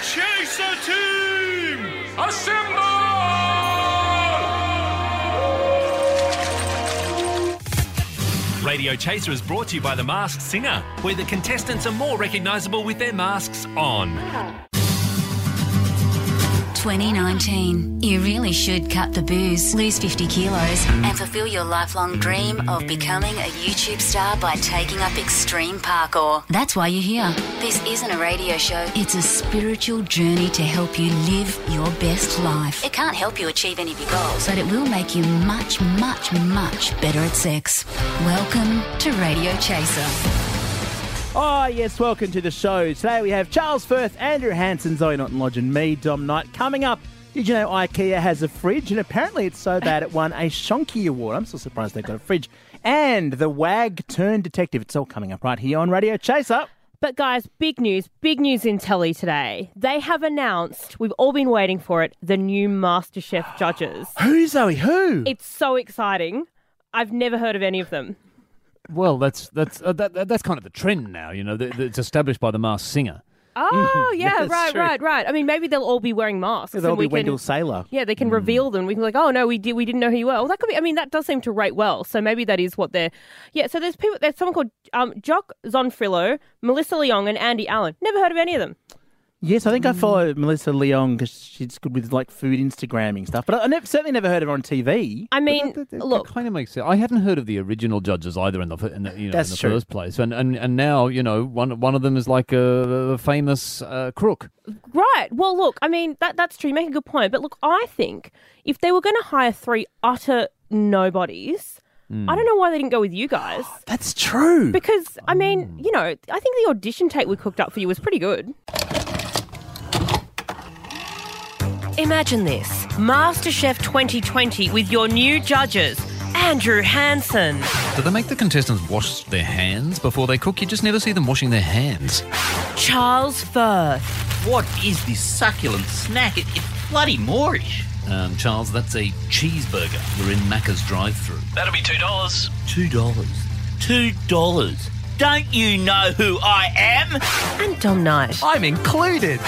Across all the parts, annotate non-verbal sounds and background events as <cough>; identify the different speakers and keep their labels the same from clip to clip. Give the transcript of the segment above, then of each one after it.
Speaker 1: Laser Team! Assemble!
Speaker 2: Radio Chaser is brought to you by The Masked Singer, where the contestants are more recognisable with their masks on.
Speaker 3: 2019. You really should cut the booze, lose 50 kilos, and fulfill your lifelong dream of becoming a YouTube star by taking up extreme parkour. That's why you're here. This isn't a radio show, it's a spiritual journey to help you live your best life. It can't help you achieve any of your goals, but it will make you much, much, much better at sex. Welcome to Radio Chaser.
Speaker 4: Oh, yes, welcome to the show. Today we have Charles Firth, Andrew Hanson, Zoe Norton Lodge, and me, Dom Knight. Coming up, did you know IKEA has a fridge? And apparently it's so bad it won a Shonky Award. I'm still surprised they got a fridge. And the wag turned detective. It's all coming up right here on Radio Chase Up.
Speaker 5: But guys, big news, big news in telly today. They have announced, we've all been waiting for it, the new MasterChef judges.
Speaker 4: Who, Zoe? Who?
Speaker 5: It's so exciting. I've never heard of any of them.
Speaker 6: Well, that's that's uh, that, that, that's kind of the trend now. You know, that, it's established by the masked singer.
Speaker 5: Oh yeah, right, true. right, right. I mean, maybe they'll all be wearing masks.
Speaker 4: Yeah, they'll
Speaker 5: we
Speaker 4: be Wendell Sailor.
Speaker 5: Yeah, they can mm. reveal them. We can be like, oh no, we did, we didn't know who you were. Well, that could be. I mean, that does seem to rate well. So maybe that is what they're. Yeah. So there's people. There's someone called um, Jock Zonfrillo, Melissa Leong, and Andy Allen. Never heard of any of them.
Speaker 4: Yes, I think I follow Melissa Leong because she's good with like food Instagramming stuff. But I never, certainly never heard of her on TV.
Speaker 5: I mean,
Speaker 6: that, that, that,
Speaker 5: look,
Speaker 6: kind of makes sense. I hadn't heard of the original judges either in the, in the, you know, in the first place, and, and and now you know one one of them is like a, famous uh, crook.
Speaker 5: Right. Well, look, I mean that that's true. You make a good point. But look, I think if they were going to hire three utter nobodies. Mm. I don't know why they didn't go with you guys.
Speaker 4: that's true.
Speaker 5: Because, I mean, you know, I think the audition tape we cooked up for you was pretty good. Imagine this MasterChef 2020 with your new judges, Andrew Hansen.
Speaker 7: Do they make the contestants wash their hands before they cook? You just never see them washing their hands.
Speaker 5: Charles Firth.
Speaker 8: What is this succulent snack? It, it's bloody Moorish.
Speaker 7: Um, Charles, that's a cheeseburger. We're in Macca's drive through.
Speaker 8: That'll be $2.
Speaker 7: $2.
Speaker 8: $2. Don't you know who I am?
Speaker 5: And Dom Knight.
Speaker 7: I'm included.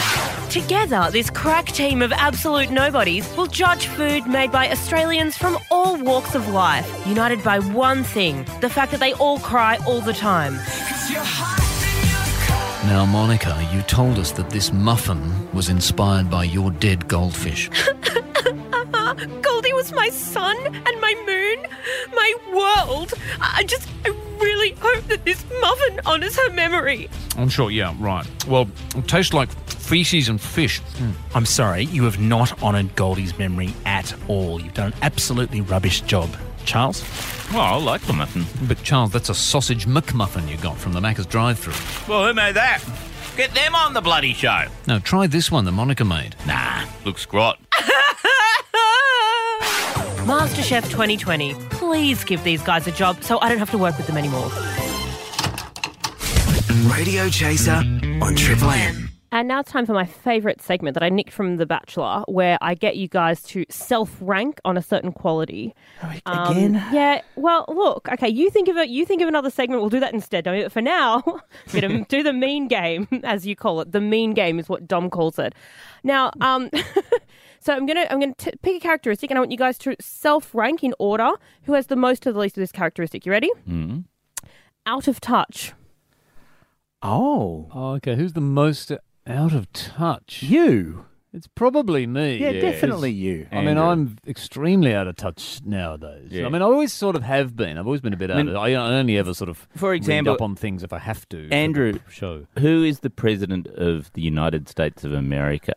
Speaker 5: Together, this crack team of absolute nobodies will judge food made by Australians from all walks of life, united by one thing the fact that they all cry all the time.
Speaker 7: Now, Monica, you told us that this muffin was inspired by your dead <laughs> goldfish.
Speaker 5: Ah, Goldie was my sun and my moon, my world. I just, I really hope that this muffin honours her memory. <laughs>
Speaker 6: I'm sure, yeah, right. Well, it tastes like feces and fish.
Speaker 7: Hmm.
Speaker 6: Mm.
Speaker 9: I'm sorry, you have not honoured Goldie's memory at all. You've done an absolutely rubbish job. Charles?
Speaker 8: Well, I like the muffin.
Speaker 7: But, Charles, that's a sausage McMuffin you got from the Macca's drive through
Speaker 8: Well, who made that? Get them on the bloody show.
Speaker 7: No, try this one that Monica made.
Speaker 8: Nah, looks grot.
Speaker 5: MasterChef 2020. Please give these guys a job so I don't have to work with them anymore.
Speaker 10: Radio Chaser on Triple M.
Speaker 5: And now it's time for my favourite segment that I nicked from The Bachelor, where I get you guys to self rank on a certain quality.
Speaker 6: Oh,
Speaker 4: Um, Again?
Speaker 5: yeah. Well, look. Okay, you think of it. You think of another segment. We'll do that instead. Don't we? But for now, <laughs> gonna do the mean game, <laughs> as you call it. The mean game is what Dom calls it. Now, um, <laughs> so I'm gonna I'm gonna t- pick a characteristic, and I want you guys to self rank in order who has the most to the least of this characteristic. You ready?
Speaker 6: Mm.
Speaker 5: Out of touch.
Speaker 4: Oh.
Speaker 6: oh. Okay. Who's the most? out of touch.
Speaker 4: You.
Speaker 6: It's probably me.
Speaker 4: Yeah, yes. definitely you.
Speaker 6: I Andrew. mean, I'm extremely out of touch nowadays. Yeah. I mean, I always sort of have been. I've always been a bit I mean, out. Of, I only ever sort of
Speaker 11: for example
Speaker 6: up on things if I have to.
Speaker 11: Andrew,
Speaker 6: show
Speaker 11: who is the president of the United States of America?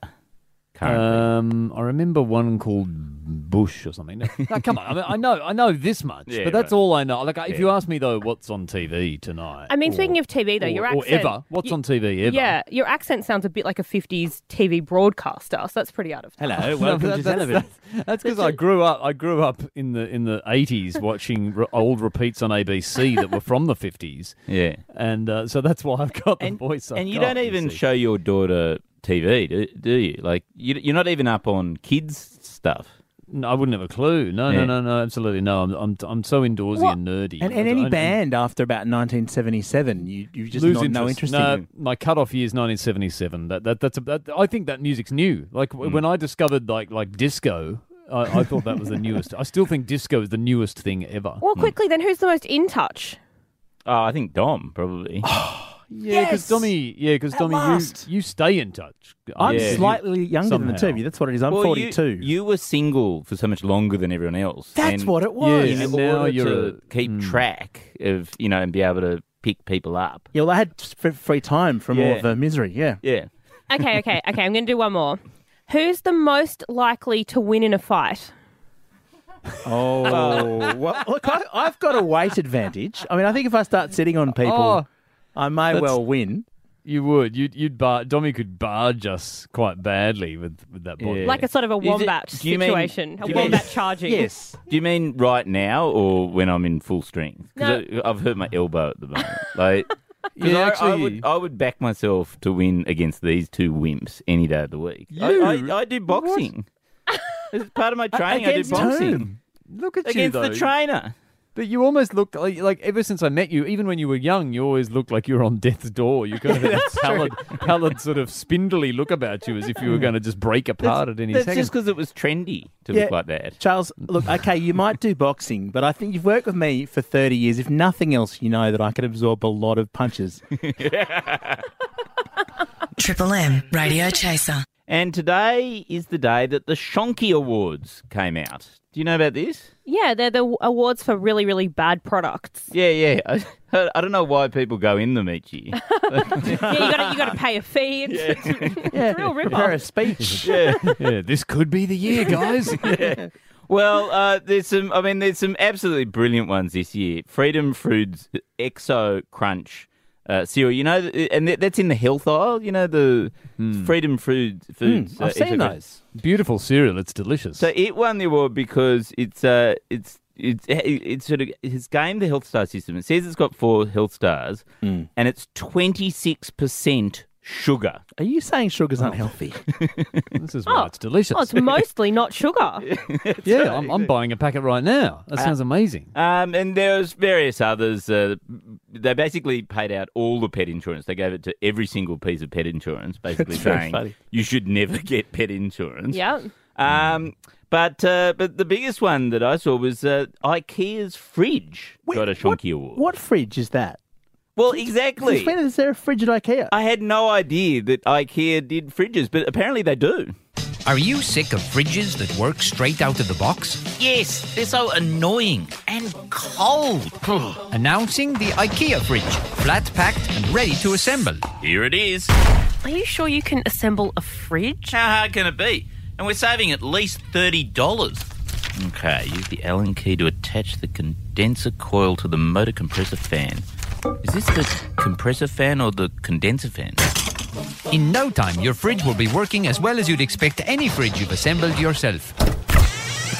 Speaker 6: Um, I remember one called Bush or something. No, no, come on, I, mean, I, know, I know this much, yeah, but that's right. all I know. Like, if yeah. you ask me though, what's on TV tonight?
Speaker 5: I mean, or, speaking of TV though,
Speaker 6: or,
Speaker 5: your accent,
Speaker 6: or ever, what's
Speaker 5: you,
Speaker 6: on TV ever?
Speaker 5: Yeah, your accent sounds a bit like a '50s TV broadcaster, so that's pretty out of.
Speaker 11: Hello,
Speaker 4: <laughs>
Speaker 11: welcome no, to television.
Speaker 6: That's because I grew up. I grew up in the in the
Speaker 5: <laughs>
Speaker 6: '80s watching re- old repeats on ABC that were from the '50s.
Speaker 11: Yeah,
Speaker 6: and uh, so that's why I've got the
Speaker 11: and,
Speaker 6: voice.
Speaker 11: and
Speaker 6: I've
Speaker 11: you
Speaker 6: got,
Speaker 11: don't even
Speaker 6: you
Speaker 11: show your daughter TV, do, do you? Like, you, are not even up on kids' stuff.
Speaker 6: No, I wouldn't have a clue. No,
Speaker 4: Yeah.
Speaker 6: no, no, no, absolutely no. I'm, I'm, I'm so indoorsy and nerdy.
Speaker 4: And, and
Speaker 6: I
Speaker 4: any
Speaker 6: don't-
Speaker 4: band after about 1977, you you just
Speaker 6: lose
Speaker 4: not, no interest in.
Speaker 6: No, my cutoff year is 1977. That that that's a, that, I think that music's new. Like w
Speaker 4: Mm.
Speaker 6: when I discovered like like disco, I, I thought that was the newest. I still think disco is the newest thing ever.
Speaker 11: Hmm.
Speaker 5: Well, quickly then, who's the most in touch?
Speaker 11: Oh, I think Dom probably.
Speaker 6: Yeah, because
Speaker 5: Yes!
Speaker 6: Tommy. Yeah, because
Speaker 5: At
Speaker 6: Tommy,
Speaker 5: last.
Speaker 6: you you stay in touch.
Speaker 4: I'm
Speaker 11: Yeah.
Speaker 4: slightly younger than the two of you. That's what it is. I'm
Speaker 11: Well,
Speaker 4: 42.
Speaker 11: You, you were single for so much longer than everyone else. and
Speaker 4: That's what it was. Yeah,
Speaker 11: in
Speaker 4: and now
Speaker 11: order
Speaker 4: you're
Speaker 11: to keep track of you know and be able to pick people up.
Speaker 4: Yeah, well, I had f- free time from all
Speaker 11: Yeah.
Speaker 4: of the misery. Yeah.
Speaker 11: Yeah.
Speaker 5: Okay, okay, okay. I'm going to do one more. Who's the most likely to win in a fight?
Speaker 4: Oh, well, look, I, I've got a weight advantage. I mean, I think if I start sitting on people,
Speaker 6: Oh.
Speaker 4: I may
Speaker 6: That's-
Speaker 4: well win.
Speaker 6: You would. You'd. You'd. Bar- Dommy could barge us quite badly with, with that body.
Speaker 5: Like a sort of a
Speaker 11: Is it-
Speaker 5: wombat
Speaker 11: do you mean-
Speaker 5: situation,
Speaker 11: do
Speaker 5: a
Speaker 11: you mean-
Speaker 5: wombat charging.
Speaker 11: Do you mean right now or when I'm in full strength? Because I've hurt my elbow at the <laughs> moment. Like, 'cause
Speaker 6: Yeah,
Speaker 11: I, I
Speaker 6: actually-
Speaker 11: would, I would back myself to win against these two wimps any day of the week. I- I, I, do boxing. It's part of my training. I do
Speaker 6: Against
Speaker 11: boxing.
Speaker 6: whom? Look at
Speaker 11: Against the
Speaker 6: you, though.
Speaker 11: trainer.
Speaker 6: But you almost look like, like ever since I met you, even when you were young, you always looked like you were on death's door.
Speaker 11: <laughs>
Speaker 6: You kind of had a pallid, pallid, sort of spindly look about you, as if you were going to just break apart at any
Speaker 11: That's
Speaker 6: second.
Speaker 11: just
Speaker 6: <laughs>
Speaker 11: because it was trendy to
Speaker 4: Yeah.
Speaker 11: look like that.
Speaker 4: Charles, look, okay, you might do boxing, but I think you've worked with me for 30 years. If nothing else, you know that I can absorb a lot of punches.
Speaker 10: Triple M Radio Chaser.
Speaker 11: And today is the day that the Shonky Awards came out. Do you know about this?
Speaker 5: Yeah, they're the awards for really, really
Speaker 11: <laughs>
Speaker 5: bad products.
Speaker 11: Yeah, yeah. I, I don't know why people go in them each year.
Speaker 5: yeah, you got you got to pay a fee. It's,
Speaker 11: <laughs>
Speaker 5: it's a real rip
Speaker 4: Prepare a speech.
Speaker 11: Yeah.
Speaker 6: yeah, this could be the
Speaker 11: <laughs>
Speaker 6: year, guys.
Speaker 11: Yeah. Well, uh, there's some. I mean, there's some absolutely brilliant ones this year. Freedom Foods Exo Crunch uh, cereal. You know, th- and th- that's in the health aisle. You know, the Freedom Food, Foods.
Speaker 6: Hmm. I've
Speaker 11: Exo
Speaker 6: seen
Speaker 11: Crunch.
Speaker 6: those. Beautiful cereal. It's delicious.
Speaker 11: So it won the award because it's uh, it's. It's, it's sort of it's gamed the health star system. It says it's got four health stars,
Speaker 6: Hmm.
Speaker 11: and it's twenty six percent sugar.
Speaker 4: Are you saying sugar's unhealthy?
Speaker 6: this is why it's delicious.
Speaker 5: Oh, it's mostly
Speaker 11: <laughs>
Speaker 5: not sugar.
Speaker 6: yeah, I'm, I'm buying a packet right now.
Speaker 11: Uh,
Speaker 6: That sounds amazing.
Speaker 11: Um, and there was various others. Uh, they basically paid out all the pet insurance. They gave it to every single piece of pet insurance, basically
Speaker 4: That's very
Speaker 11: saying
Speaker 4: funny.
Speaker 11: you should never <laughs> get pet insurance.
Speaker 5: yeah.
Speaker 11: Um, but uh, but the biggest one that I saw was uh, IKEA's fridge got a
Speaker 4: what-
Speaker 11: Shonky award.
Speaker 4: What fridge is that?
Speaker 11: Well, exactly.
Speaker 4: Explain it, Is there a fridge at IKEA?
Speaker 11: I had no idea that IKEA did fridges, but apparently they do.
Speaker 1: Are you sick of fridges that work straight out of the box?
Speaker 8: Yes, they're so annoying and cold.
Speaker 7: Announcing the IKEA fridge, flat packed and ready to assemble.
Speaker 11: Here it is.
Speaker 5: Are you sure you can assemble a fridge?
Speaker 8: How hard can it be? And we're saving at least $30. Okay, use the Allen key to attach the condenser coil to the motor compressor fan. Is this the compressor fan or the condenser fan?
Speaker 7: In no time, your fridge will be working as well as you'd expect any fridge you've assembled yourself.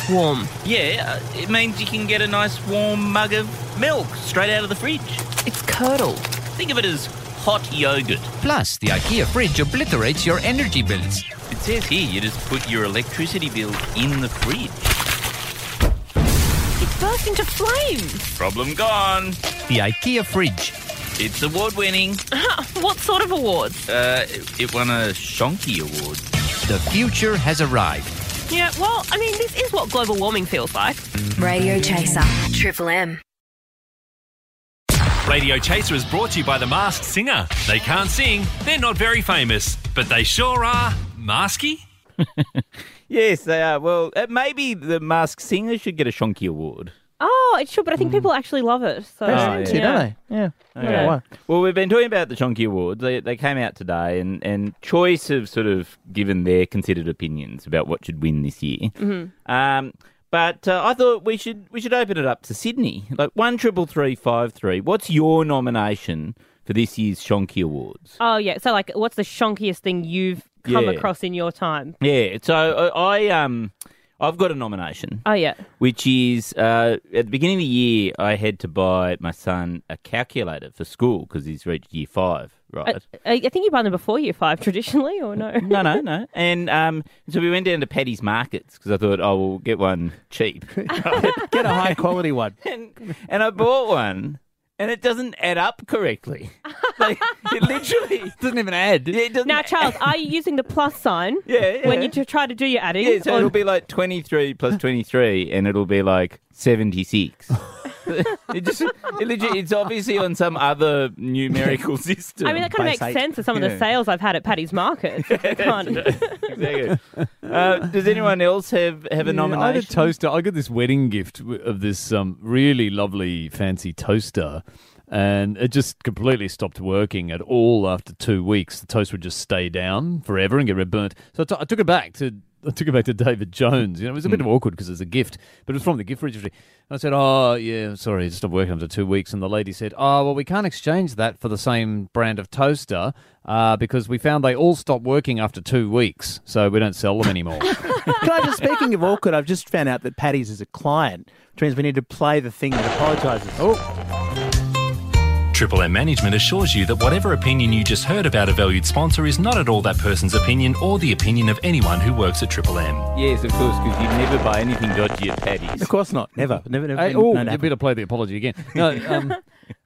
Speaker 5: Warm.
Speaker 8: Yeah, uh, it means you can get a nice warm mug of milk straight out of the fridge.
Speaker 5: It's curdled.
Speaker 8: Think of it as hot yogurt.
Speaker 7: Plus, the IKEA fridge obliterates your energy bills.
Speaker 8: It says here you just put your electricity bill in the fridge.
Speaker 5: It burst into flames.
Speaker 8: Problem gone.
Speaker 7: The IKEA fridge.
Speaker 8: It's award winning.
Speaker 5: What sort of awards?
Speaker 8: Uh, it, it won a Shonky award.
Speaker 7: The future has arrived.
Speaker 5: Yeah. Well, I mean, this is what global warming feels like.
Speaker 1: Radio Chaser. Triple M.
Speaker 2: Radio Chaser is brought to you by The Masked Singer. They can't sing, they're not very famous, but they sure are masky.
Speaker 11: Yes, they are. Well, uh, maybe the Masked Singer should get a Shonky award.
Speaker 5: Oh, it should, but I
Speaker 11: Hmm.
Speaker 5: think people actually love it. So,
Speaker 4: They seem to, don't they? Oh, Yeah. I don't know
Speaker 11: Okay.
Speaker 4: why.
Speaker 11: Well, we've been talking about the Chonky Awards. They, they came out today, and, and Choice have sort of given their considered opinions about what should win this year.
Speaker 4: Mm-hmm.
Speaker 11: Um, but uh, I thought we should we should open it up to Sydney. Like one triple three five three. What's your nomination for this year's Shonky Awards?
Speaker 4: Uh,
Speaker 5: Oh yeah. So like, what's the shonkiest thing you've come
Speaker 11: Yeah.
Speaker 5: across in your time?
Speaker 11: Yeah. So I, I um I've got a nomination.
Speaker 5: Oh yeah.
Speaker 11: which is uh, at the beginning of the year, I had to buy my son a calculator for school because he's reached year five right?
Speaker 5: I, I think you buy them before year five <laughs> traditionally,
Speaker 11: <laughs>
Speaker 5: or no?
Speaker 11: no, no, no. And um, so we went down to Paddy's Markets because I thought, oh, we'll get one cheap.
Speaker 4: <laughs> get a high quality one.
Speaker 11: <laughs> and, and I bought one, and it doesn't add up correctly. <laughs> Like, it
Speaker 4: <laughs>
Speaker 11: literally doesn't even add. Yeah, it doesn't
Speaker 5: Now, Charles, are you using the plus sign
Speaker 11: <laughs> Yeah,
Speaker 5: when
Speaker 11: yeah.
Speaker 5: you t- try to do your adding?
Speaker 11: Yeah, so
Speaker 5: Or-
Speaker 11: it'll be like 23 plus 23, and it'll be like 76. it just, it legit, it's obviously on some other numerical system.
Speaker 5: I mean, that kind of makes sense of some of the
Speaker 11: Yeah.
Speaker 5: sales I've had at
Speaker 11: <laughs>
Speaker 5: Paddy's Market. I can't-
Speaker 11: Exactly. Uh, does anyone else have, have a
Speaker 6: I had a
Speaker 11: nomination?
Speaker 6: toaster. I got this wedding gift w- of this um, really lovely fancy toaster, and it just completely stopped working at all after two weeks. The toast would just stay down forever and get red burnt. So I, t- I took it back to. I took it back to David Jones. You know, it was a bit awkward because it's a gift, but it was from the gift registry. And I said, "Oh, yeah, sorry, it stopped working after two weeks." And the lady said, "Oh, well, we can't exchange that for the same brand of toaster uh, because we found they all stopped working after two weeks, so we don't sell them anymore."
Speaker 4: Can I just, speaking of awkward, I've just found out that Paddy's is a client, which means we need to play the thing that apologises. Oh,
Speaker 2: Triple M Management assures you that whatever opinion you just heard about a valued sponsor is not at all that person's opinion or the opinion of anyone who works at Triple M.
Speaker 11: Yes, of course, because you never buy anything dodgy at Paddy's.
Speaker 4: of course not. Never, never, never.
Speaker 6: Hey,
Speaker 4: been-
Speaker 6: oh,
Speaker 4: known to
Speaker 6: you
Speaker 4: happen.
Speaker 6: better play the apology again. No, um,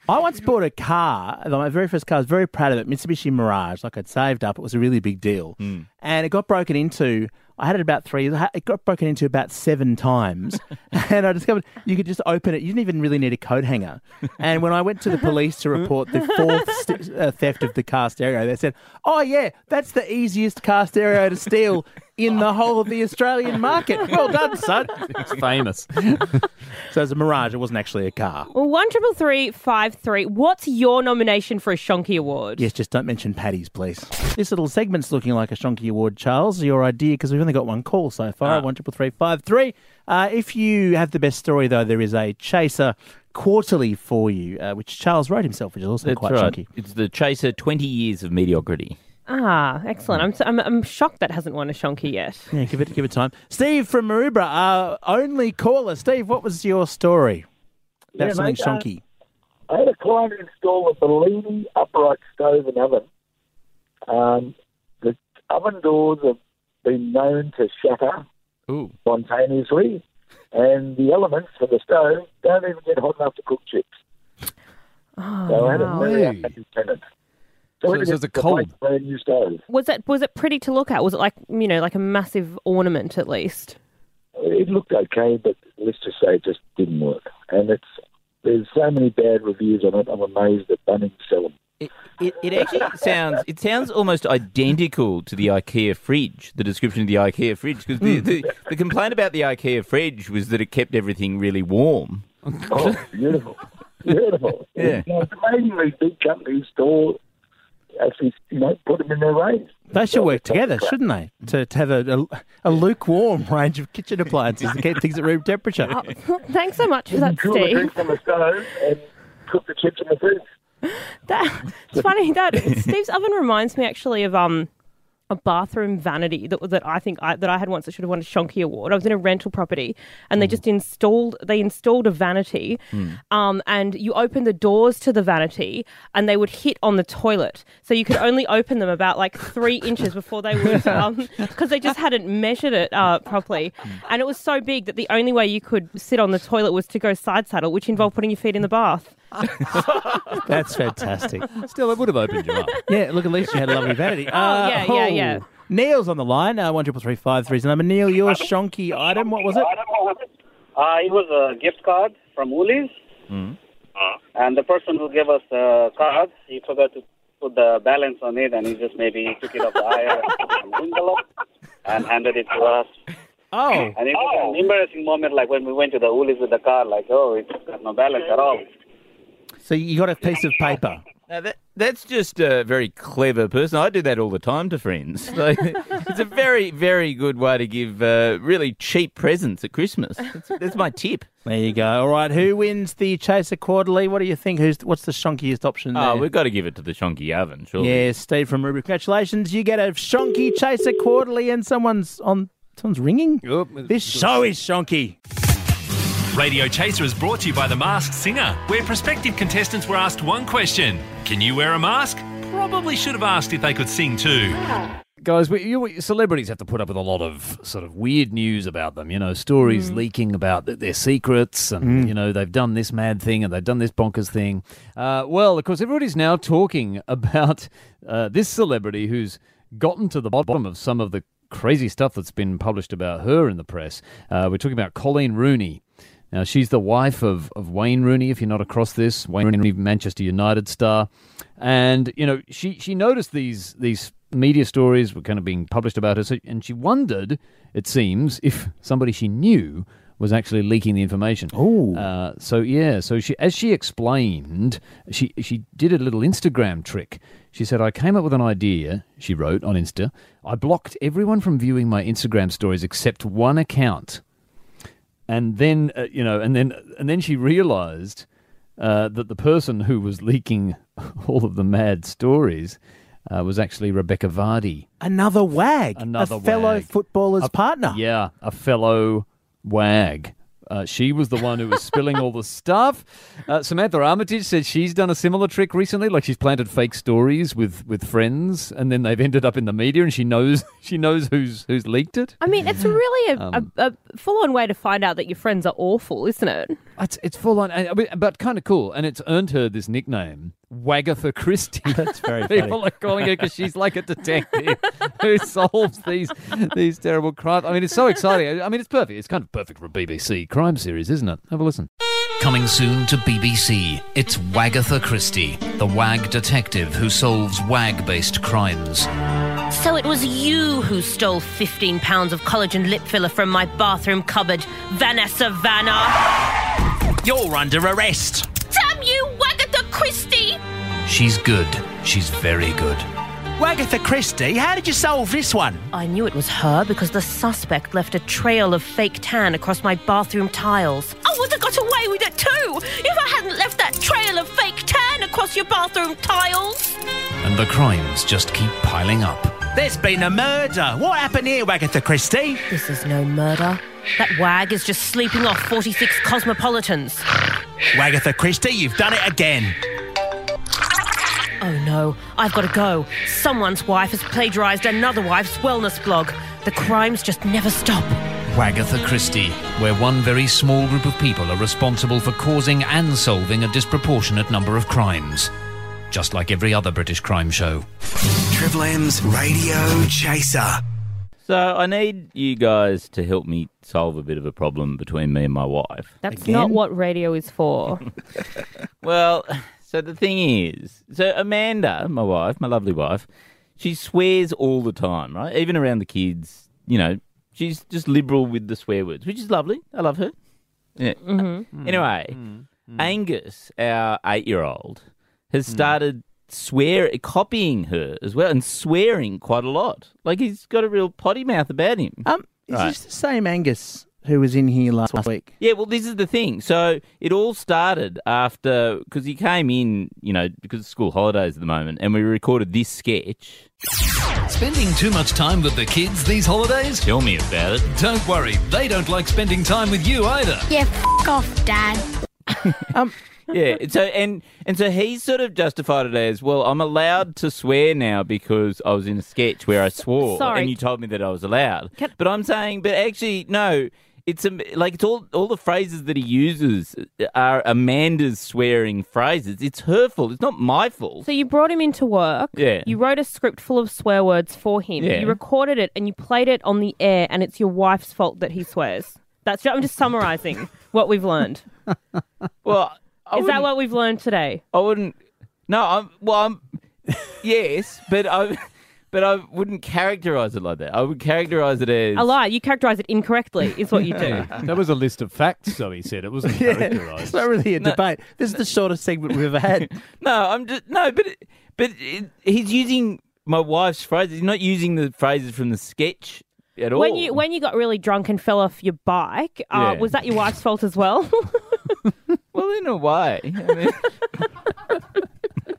Speaker 4: I once bought a car, my very first car, I was very proud of it, Mitsubishi Mirage. Like I'd saved up, it was a really big deal. And it got broken into, I had it about three years, I had- it got broken into about seven times. and I discovered you could just open it, you didn't even really need a coat hanger. And when I went to the police to report the fourth st- uh, theft of the car stereo, they said, oh yeah, that's the easiest car stereo to steal in the whole of the Australian market. Well done, son.
Speaker 6: it's famous.
Speaker 4: So it was a Mirage, it wasn't actually a car.
Speaker 5: Well, one triple three five three. What's your nomination for a Shonky Award?
Speaker 4: Yes, just don't mention Paddy's, please. This little segment's looking like a Shonky Award, Charles. Your idea, because we've only got one call so
Speaker 11: Ah.
Speaker 4: far. One triple three five three. Uh, If you have the best story, though, there is a Chaser quarterly for you, uh, which Charles wrote himself, which is also
Speaker 11: That's
Speaker 4: quite
Speaker 11: right.
Speaker 4: chunky.
Speaker 11: It's the Chaser 20 Years of Mediocrity.
Speaker 5: Ah, excellent. I'm, so- I'm I'm shocked that hasn't won a Shonky yet.
Speaker 4: Yeah, give it give it time. Steve from Maroubra, our only caller. Steve, what was your story? That's something
Speaker 12: Yeah, mate, uh,
Speaker 4: shonky.
Speaker 12: I had a client install a Bellini upright stove and oven. Um, the oven doors have been known to shatter
Speaker 11: Ooh.
Speaker 12: spontaneously, and the elements for the stove don't even get hot enough to cook chips. so I had a very
Speaker 5: wow.
Speaker 12: unhappy tenant.
Speaker 5: So-
Speaker 12: we had
Speaker 5: so
Speaker 12: to
Speaker 5: it's a
Speaker 12: replace
Speaker 5: cold.
Speaker 12: brand new stove.
Speaker 5: Was it was it pretty to look at? Was it like you know like a massive ornament at least?
Speaker 12: It looked okay, but let's just say it just didn't work. And it's there's so many bad reviews on it. I'm amazed that Bunnings sell them.
Speaker 11: It, it actually sounds it sounds almost identical to the IKEA fridge. The description of the IKEA fridge because the, the, the complaint about the IKEA fridge was that it kept everything really warm.
Speaker 12: Oh,
Speaker 5: <laughs>
Speaker 12: beautiful. Beautiful.
Speaker 11: Yeah.
Speaker 12: You know, amazingly, big companies still actually, you know, put them in their range.
Speaker 4: They should work together, shouldn't they? To, to have a, a, a lukewarm range of kitchen appliances to keep things at room temperature.
Speaker 5: <laughs> Thanks so much for that,
Speaker 12: Cool the
Speaker 5: Steve.
Speaker 12: drinks on the stove and cook the chips in the fridge.
Speaker 5: That, it's funny that Steve's oven reminds me actually of um a bathroom vanity that that I think I, that I had once that should have won a Shonky Award. I was in a rental property and they just installed they installed a vanity, um, and you open the doors to the vanity and they would hit on the toilet, so you could only open them about like three inches before they would because they just hadn't measured it uh, properly, and it was so big that the only way you could sit on the toilet was to go side saddle, which involved putting your feet in the bath.
Speaker 4: That's fantastic.
Speaker 6: Still, it would have opened you up.
Speaker 4: Yeah, look, at least you had a lovely vanity. Uh,
Speaker 5: yeah, yeah, yeah.
Speaker 4: Neil's on the line. Uh, one triple three five three's the number. Neil, your shonky item. What was it?
Speaker 13: Uh, it was a gift card from Woolies, Uh, and the person who gave us the card, he forgot to put the balance on it, and he just maybe took it off the higher envelope and handed it to us.
Speaker 4: Oh.
Speaker 13: And it was an embarrassing moment, like when we went to the Woolies with the card, like, oh, it's got no balance at all.
Speaker 4: So you got a piece of paper.
Speaker 11: Now that that's just a very clever person. I do that all the time to friends. <laughs> Like, it's a very very good way to give uh, really cheap presents at Christmas. That's, that's my <laughs> tip.
Speaker 4: There you go. All right, who wins the Chaser Quarterly? What do you think? Who's what's the shonkiest option there?
Speaker 11: Oh, we've got to give it to the Shonky Oven, surely.
Speaker 4: yeah, Steve from Ruby. Congratulations, you get a shonky Chaser Quarterly, and someone's on. Someone's ringing. This show is shonky.
Speaker 2: Radio Chaser is brought to you by The Masked Singer, where prospective contestants were asked one question Can you wear a mask? Probably should have asked if they could sing too.
Speaker 6: Guys, we, you, celebrities have to put up with a lot of sort of weird news about them. You know, stories
Speaker 2: Mm.
Speaker 6: leaking about th- their secrets, and you know they've done this mad thing and they've done this bonkers thing. Uh, well, of course, everybody's now talking <laughs> about uh, this celebrity who's gotten to the bottom of some of the crazy stuff that's been published about her in the press. Uh, we're talking about Colleen Rooney. Now, she's the wife of, of Wayne Rooney, if you're not across this. Wayne Rooney, Manchester United star. And, you know, she, she noticed these, these media stories were kind of being published about her. So, and she wondered, it seems, if somebody she knew was actually leaking the information. Oh. Uh, so, yeah. So, she, as she explained, she, she did a little Instagram trick. She said, I came up with an idea, she wrote on Insta. I blocked everyone from viewing my Instagram stories except one account and then uh, you know, and then and then she realised uh, that the person who was leaking <laughs> all of the mad stories uh, was actually Rebecca Vardy,
Speaker 4: Another wag.
Speaker 6: Another
Speaker 4: a fellow
Speaker 6: wag.
Speaker 4: footballer's partner.
Speaker 6: Yeah, a fellow wag. Uh, she was the one who was spilling all the stuff. Uh, Samantha Armitage said she's done a similar trick recently, like she's planted fake stories with, with friends, and then they've ended up in the media, and she knows <laughs> she knows who's who's leaked it.
Speaker 5: I mean, it's really a,
Speaker 6: Um,
Speaker 5: a, a full-on way to find out that your friends are awful, isn't it?
Speaker 6: It's it's full on, and- but- but kind of cool, and it's earned her this nickname, Wagatha Christie. That's
Speaker 4: <laughs> very
Speaker 6: <laughs> People
Speaker 4: funny.
Speaker 6: are calling her because she's like a detective <laughs> who solves these these terrible crimes. I mean, it's so exciting. I- I mean, it's perfect. It's kind of perfect for a BBC crime series, isn't it? Have a listen.
Speaker 7: Coming soon to BBC, it's Wagatha Christie, the wag detective who solves wag based crimes.
Speaker 14: So it was you who stole 15 pounds of collagen lip filler from my bathroom cupboard, Vanessa Vanna.
Speaker 9: You're under arrest.
Speaker 14: Damn you, Wagatha Christie!
Speaker 7: She's good. She's very good.
Speaker 9: Wagatha Christie, how did you solve this one?
Speaker 14: I knew it was her because the suspect left a trail of fake tan across my bathroom tiles. I would have got away with it too if I hadn't left that trail of fake tan across your bathroom tiles.
Speaker 7: And the crimes just keep piling up.
Speaker 9: There's been a murder. What happened here, Wagatha Christie?
Speaker 14: This is no murder. That wag is just sleeping off 46 cosmopolitans.
Speaker 9: Wagatha Christie, you've done it again.
Speaker 14: Oh no, I've got to go. Someone's wife has plagiarized another wife's wellness blog. The crimes just never stop.
Speaker 7: Wagatha Christie, where one very small group of people are responsible for causing and solving a disproportionate number of crimes. Just like every other British crime show.
Speaker 15: Triple M's Radio Chaser.
Speaker 11: So I need you guys to help me solve a bit of a problem between me and my wife.
Speaker 5: That's not what radio is
Speaker 11: <laughs>
Speaker 5: for.
Speaker 11: Well, <sighs> so the thing is, so Amanda, my wife, my lovely wife, she swears all the time, right? Even around the kids, you know, she's just liberal with the swear words, which is lovely. I love her. Yeah. <laughs> Anyway, Angus, our eight-year-old, has started swear copying her as well and swearing quite a lot. Like he's got a real potty mouth about him.
Speaker 4: Um, Is this the same Angus who was in here last week?
Speaker 11: Yeah, well, this is the thing. So it all started after because he came in, you know, because it's school holidays at the moment, and we recorded this sketch.
Speaker 7: Spending too much time with the kids these holidays?
Speaker 11: Tell me about it.
Speaker 7: Don't worry, they don't like spending time with you either.
Speaker 16: Yeah, f off, Dad.
Speaker 5: <laughs>
Speaker 11: Yeah, and so and and so he sort of justified it as well. I'm allowed to swear now because I was in a sketch where I swore,
Speaker 5: Sorry.
Speaker 11: and you told me that I was allowed. but I'm saying, but actually, no. It's a, like it's all all the phrases that he uses are Amanda's swearing phrases. It's her fault. It's not my fault.
Speaker 5: So you brought him into work.
Speaker 11: Yeah.
Speaker 5: You wrote a script full of swear words for him.
Speaker 11: Yeah.
Speaker 5: You recorded it and you played it on the air, and it's your wife's fault that he swears. That's I'm
Speaker 11: <laughs>
Speaker 5: just summarizing what we've learned.
Speaker 11: Well, I
Speaker 5: is that
Speaker 11: wouldn't-
Speaker 5: what we've learned today?
Speaker 11: I wouldn't. No, I'm. Well,
Speaker 4: <laughs>
Speaker 11: I'm. yes, but I. But I wouldn't characterize it like that. I would characterize it as
Speaker 5: A lie. You characterize it incorrectly. Is what you
Speaker 11: <laughs>
Speaker 5: do.
Speaker 6: that was a list of facts, so he said. It wasn't <laughs> characterised.
Speaker 4: It's not really a debate. This is the shortest segment we've
Speaker 11: <laughs>
Speaker 4: ever had.
Speaker 11: No, I'm just no, but it- but it, he's using my wife's phrases. He's not using the phrases from the sketch at all.
Speaker 5: When you when you got really drunk and fell off your bike, uh,
Speaker 11: Yeah.
Speaker 5: was that your wife's <laughs> fault as well?
Speaker 11: well, in a way. I mean-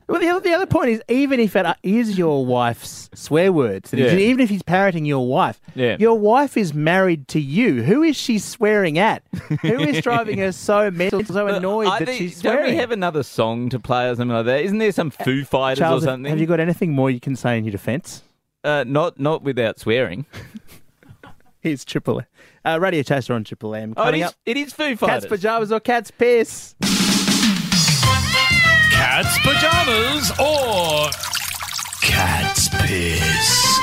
Speaker 4: Well, the other, the other point is, even if it is your wife's swear words, that he's-
Speaker 11: Yeah.
Speaker 4: even if he's parroting your wife,
Speaker 11: Yeah.
Speaker 4: your wife is married to you. Who is she swearing at?
Speaker 11: <laughs>
Speaker 4: Who is driving her so mental, so <laughs> annoyed
Speaker 11: I
Speaker 4: that
Speaker 11: think-
Speaker 4: she's
Speaker 11: don't we
Speaker 4: swearing? Uh,
Speaker 11: have another song to play or something like that? Isn't there some Foo Fighters
Speaker 4: Charles,
Speaker 11: or
Speaker 4: have-
Speaker 11: something?
Speaker 4: have you got anything more you can say in your defence?
Speaker 11: uh, not not without swearing.
Speaker 4: Here's Triple M. Uh, Radio Chaser on Triple M.
Speaker 11: Oh, it
Speaker 4: Coming
Speaker 11: is,
Speaker 4: up,
Speaker 11: it is Foo
Speaker 4: cat's
Speaker 11: Fighters.
Speaker 4: pajamas or cat's piss?
Speaker 17: Cat's pajamas or
Speaker 7: Cat's piss.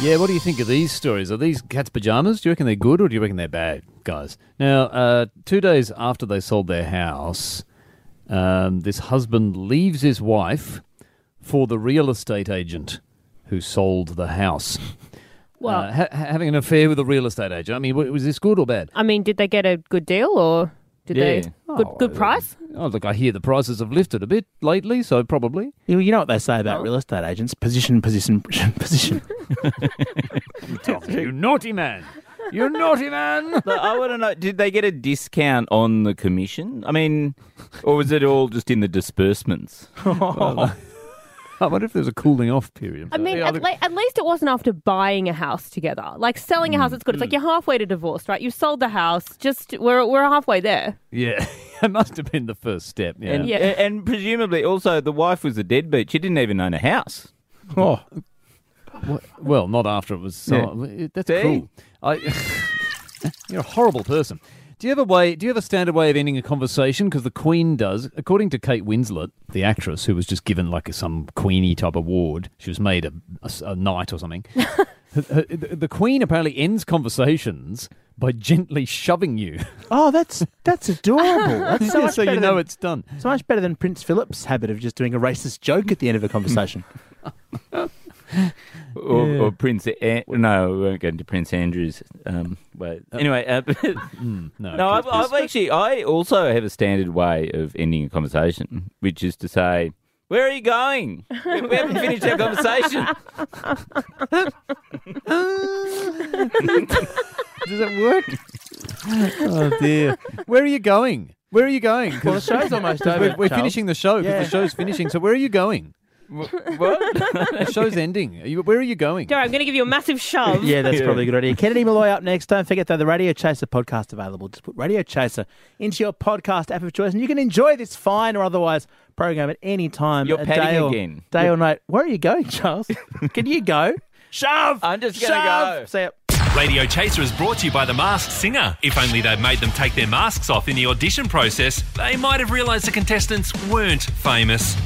Speaker 7: Yeah, what do you think of these stories? Are these cats' pajamas? Do you reckon they're good or do you reckon they're bad, guys? Now, uh, two days after they sold their house, um, this husband leaves his wife for the real estate agent who sold the house.
Speaker 5: Well-
Speaker 7: Uh, ha- having an affair with a real estate agent. I mean, w- was this good or bad?
Speaker 5: I mean, did they get a good deal or did they
Speaker 7: Yeah.
Speaker 5: good
Speaker 7: Oh,
Speaker 5: good
Speaker 7: uh,
Speaker 5: price?
Speaker 7: Oh, look, I hear the prices have lifted a bit lately, so probably.
Speaker 4: You, you know what they say about real estate agents position, position, <laughs> position.
Speaker 7: you naughty man. You naughty man.
Speaker 11: I want to know did they get a discount on the commission? I mean, or was it all just in the disbursements?
Speaker 7: I wonder if there's a cooling off period.
Speaker 5: I mean, at, le- at least it wasn't after buying a house together. Like selling a house, it's good. It's like you're halfway to divorce, right? You sold the house. Just we're we're halfway there.
Speaker 7: Yeah, <laughs> it must have been the first step. Yeah.
Speaker 11: And,
Speaker 5: Yeah.
Speaker 11: a- and presumably also the wife was a deadbeat. She didn't even own a house.
Speaker 7: Oh. Well, not after it was sold.
Speaker 11: Yeah.
Speaker 7: That's
Speaker 11: See?
Speaker 7: cruel. I, <laughs> you're a horrible person. Do you have a way? Do you have a standard way of ending a conversation? Because the Queen does, according to Kate Winslet, the actress who was just given like some Queenie type award. She was made a, a s- a knight or something. Her- her- the the Queen apparently ends conversations by gently shoving you. <laughs>
Speaker 4: Oh, that's that's <laughs> adorable. That's so,
Speaker 7: Yeah,
Speaker 4: much
Speaker 7: so you
Speaker 4: better
Speaker 7: know
Speaker 4: than-
Speaker 7: it's done.
Speaker 4: So much better than Prince Philip's habit of just doing a racist joke at the end of a conversation.
Speaker 11: Or,
Speaker 4: Yeah.
Speaker 11: or Prince. An- no, we won't go into Prince Andrew's. Um, wait. Anyway, uh, <laughs>
Speaker 7: no.
Speaker 11: no, I've, I've actually. I also have a standard way of ending a conversation, which is to say, "Where are you going? We, we haven't finished our conversation."
Speaker 7: Does it work? oh dear. Where are you going? Where are you going?
Speaker 4: <laughs>
Speaker 7: 'Cause-
Speaker 4: Well, the show's almost
Speaker 7: 'cause
Speaker 4: over,
Speaker 7: We're, we're
Speaker 4: Charles.
Speaker 7: finishing the show because
Speaker 4: Yeah.
Speaker 7: the show's finishing. So where are you going?
Speaker 11: What?
Speaker 7: the show's ending. Are you, where are you going?
Speaker 5: Dora, I'm going to give you a massive
Speaker 4: <laughs>
Speaker 5: shove.
Speaker 4: yeah, that's probably a good idea. Kennedy Malloy up next. Don't forget though, the Radio Chaser podcast available. Just put Radio Chaser into your podcast app of choice, and you can enjoy this fine or otherwise program at any time.
Speaker 11: You're
Speaker 4: a
Speaker 11: padding
Speaker 4: day or,
Speaker 11: again.
Speaker 4: Day or night. Where are you going, <laughs> Charles? can you go? Shove.
Speaker 11: I'm just
Speaker 4: gonna
Speaker 11: go.
Speaker 4: See ya.
Speaker 18: Radio Chaser is brought to you by The Masked Singer. If only they'd made them take their masks off in the audition process, they might have realised the contestants weren't famous.